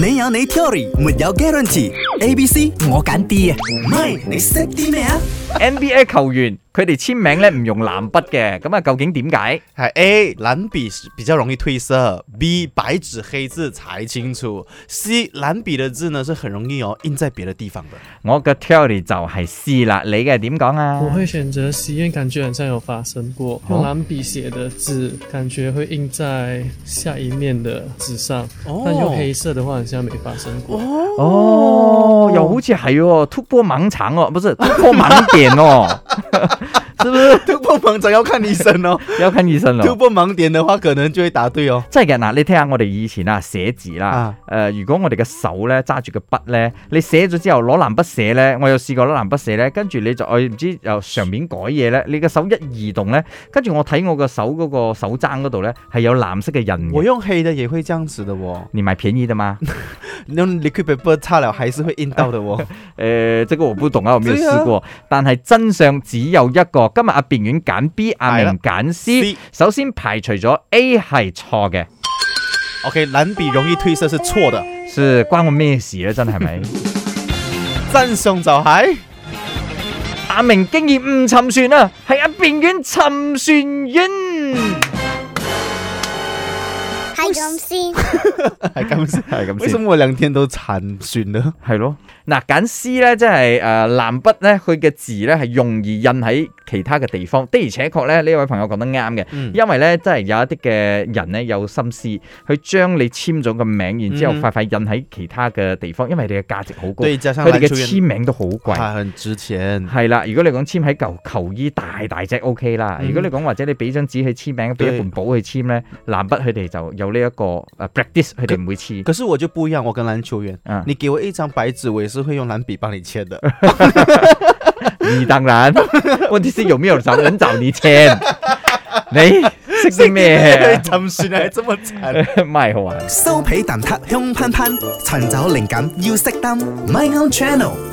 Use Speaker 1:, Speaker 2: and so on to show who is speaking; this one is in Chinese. Speaker 1: 你有你 theory，沒有 guarantee。A、B、C 我揀 D 啊，唔係你識啲咩啊？
Speaker 2: NBA 球員佢哋簽名咧唔用藍筆嘅，咁啊究竟點解？
Speaker 3: 哎 A 蓝笔是比较容易褪色，B 白纸黑字才清楚，C 蓝笔的字呢是很容易哦印在别的地方的。
Speaker 2: 我嘅 theory 就係 C 啦，你嘅點講啊
Speaker 4: 我？会选择实验，感觉好像有发生过。用蓝笔写的字，感觉会印在下一面的纸上。
Speaker 3: 哦
Speaker 4: 但用黑色的话，好像没发生过。
Speaker 2: 哦，又好似係喎，突破盲腸哦，不是突破盲點哦， 是不是？
Speaker 3: 突破盲肠要看医生 哦，
Speaker 2: 要看醫生
Speaker 3: 突
Speaker 2: 咯。
Speaker 3: 破盲点的话可能就会答对哦。
Speaker 2: 真係嘅嗱，你聽下我哋以前啊寫字啦
Speaker 3: 啊，
Speaker 2: 誒、如果我哋嘅手咧揸住個筆咧，你寫咗之後攞藍筆寫咧，我有試過攞藍筆寫咧，跟住你就我哎唔知由上面改嘢咧，你嘅手一移動咧，跟住我睇我個手嗰個手踭嗰度咧係有藍色嘅印
Speaker 3: 我
Speaker 2: 嘅。
Speaker 3: 用黑的也会这样子的哦，
Speaker 2: 你買便宜的嗎？
Speaker 3: 用 liquid paper 擦了还是会印到的哦。
Speaker 2: 诶、呃，即个我不懂啊，我没有试过。但系真相只有一個。今日阿辩院揀 B，阿
Speaker 3: 係啦
Speaker 2: 明揀 C
Speaker 3: C。
Speaker 2: 首先排除咗 A 係錯嘅，
Speaker 3: OK，蓝笔容易褪色是错的，
Speaker 2: 是關我咩事咧？真係咪？
Speaker 3: 赞颂就 系
Speaker 2: 阿明竟然唔沉船啊，係阿辯院沉船院。
Speaker 5: 係咁先。
Speaker 3: 系咁先。
Speaker 2: 係
Speaker 3: 哎
Speaker 2: 咁
Speaker 3: 为什
Speaker 2: 先，
Speaker 3: 么我两天都残损呢？
Speaker 2: 係咯。嗱，揀 C 咧，即係诶、呃、藍筆咧，佢嘅字咧係容易印喺其他嘅地方。的而且確咧，呢位朋友講得啱嘅。
Speaker 3: 嗯，
Speaker 2: 因為咧，真係有一啲嘅人咧有心思，佢將你簽咗個名，然之後
Speaker 3: 嗯
Speaker 2: 快快印喺其他嘅地方，因為你嘅價值好高，
Speaker 3: 对，加上
Speaker 2: 佢哋嘅
Speaker 3: 篮球员
Speaker 2: 簽名都好貴。
Speaker 3: 啊很值钱。
Speaker 2: 係啦，如果你講簽喺嚿球衣大大隻 O K 啦，
Speaker 3: 嗯
Speaker 2: 如果你講或者你俾張紙去簽名，俾一
Speaker 3: 對
Speaker 2: 本簿去簽咧，藍筆佢哋就有呢一個誒 practice，佢哋唔會黐。
Speaker 3: 可是我就不一样，我跟篮球员，
Speaker 2: 嗯
Speaker 3: 你给我一张白纸，我也是会用蓝笔帮你签的。
Speaker 2: 你當然， 問題是有沒有找人找你簽？ 你識啲咩？
Speaker 3: 沉船还这么惨。
Speaker 2: 唔係好啊！
Speaker 1: 酥皮蛋撻香噴噴，尋找靈感要熄燈。My own channel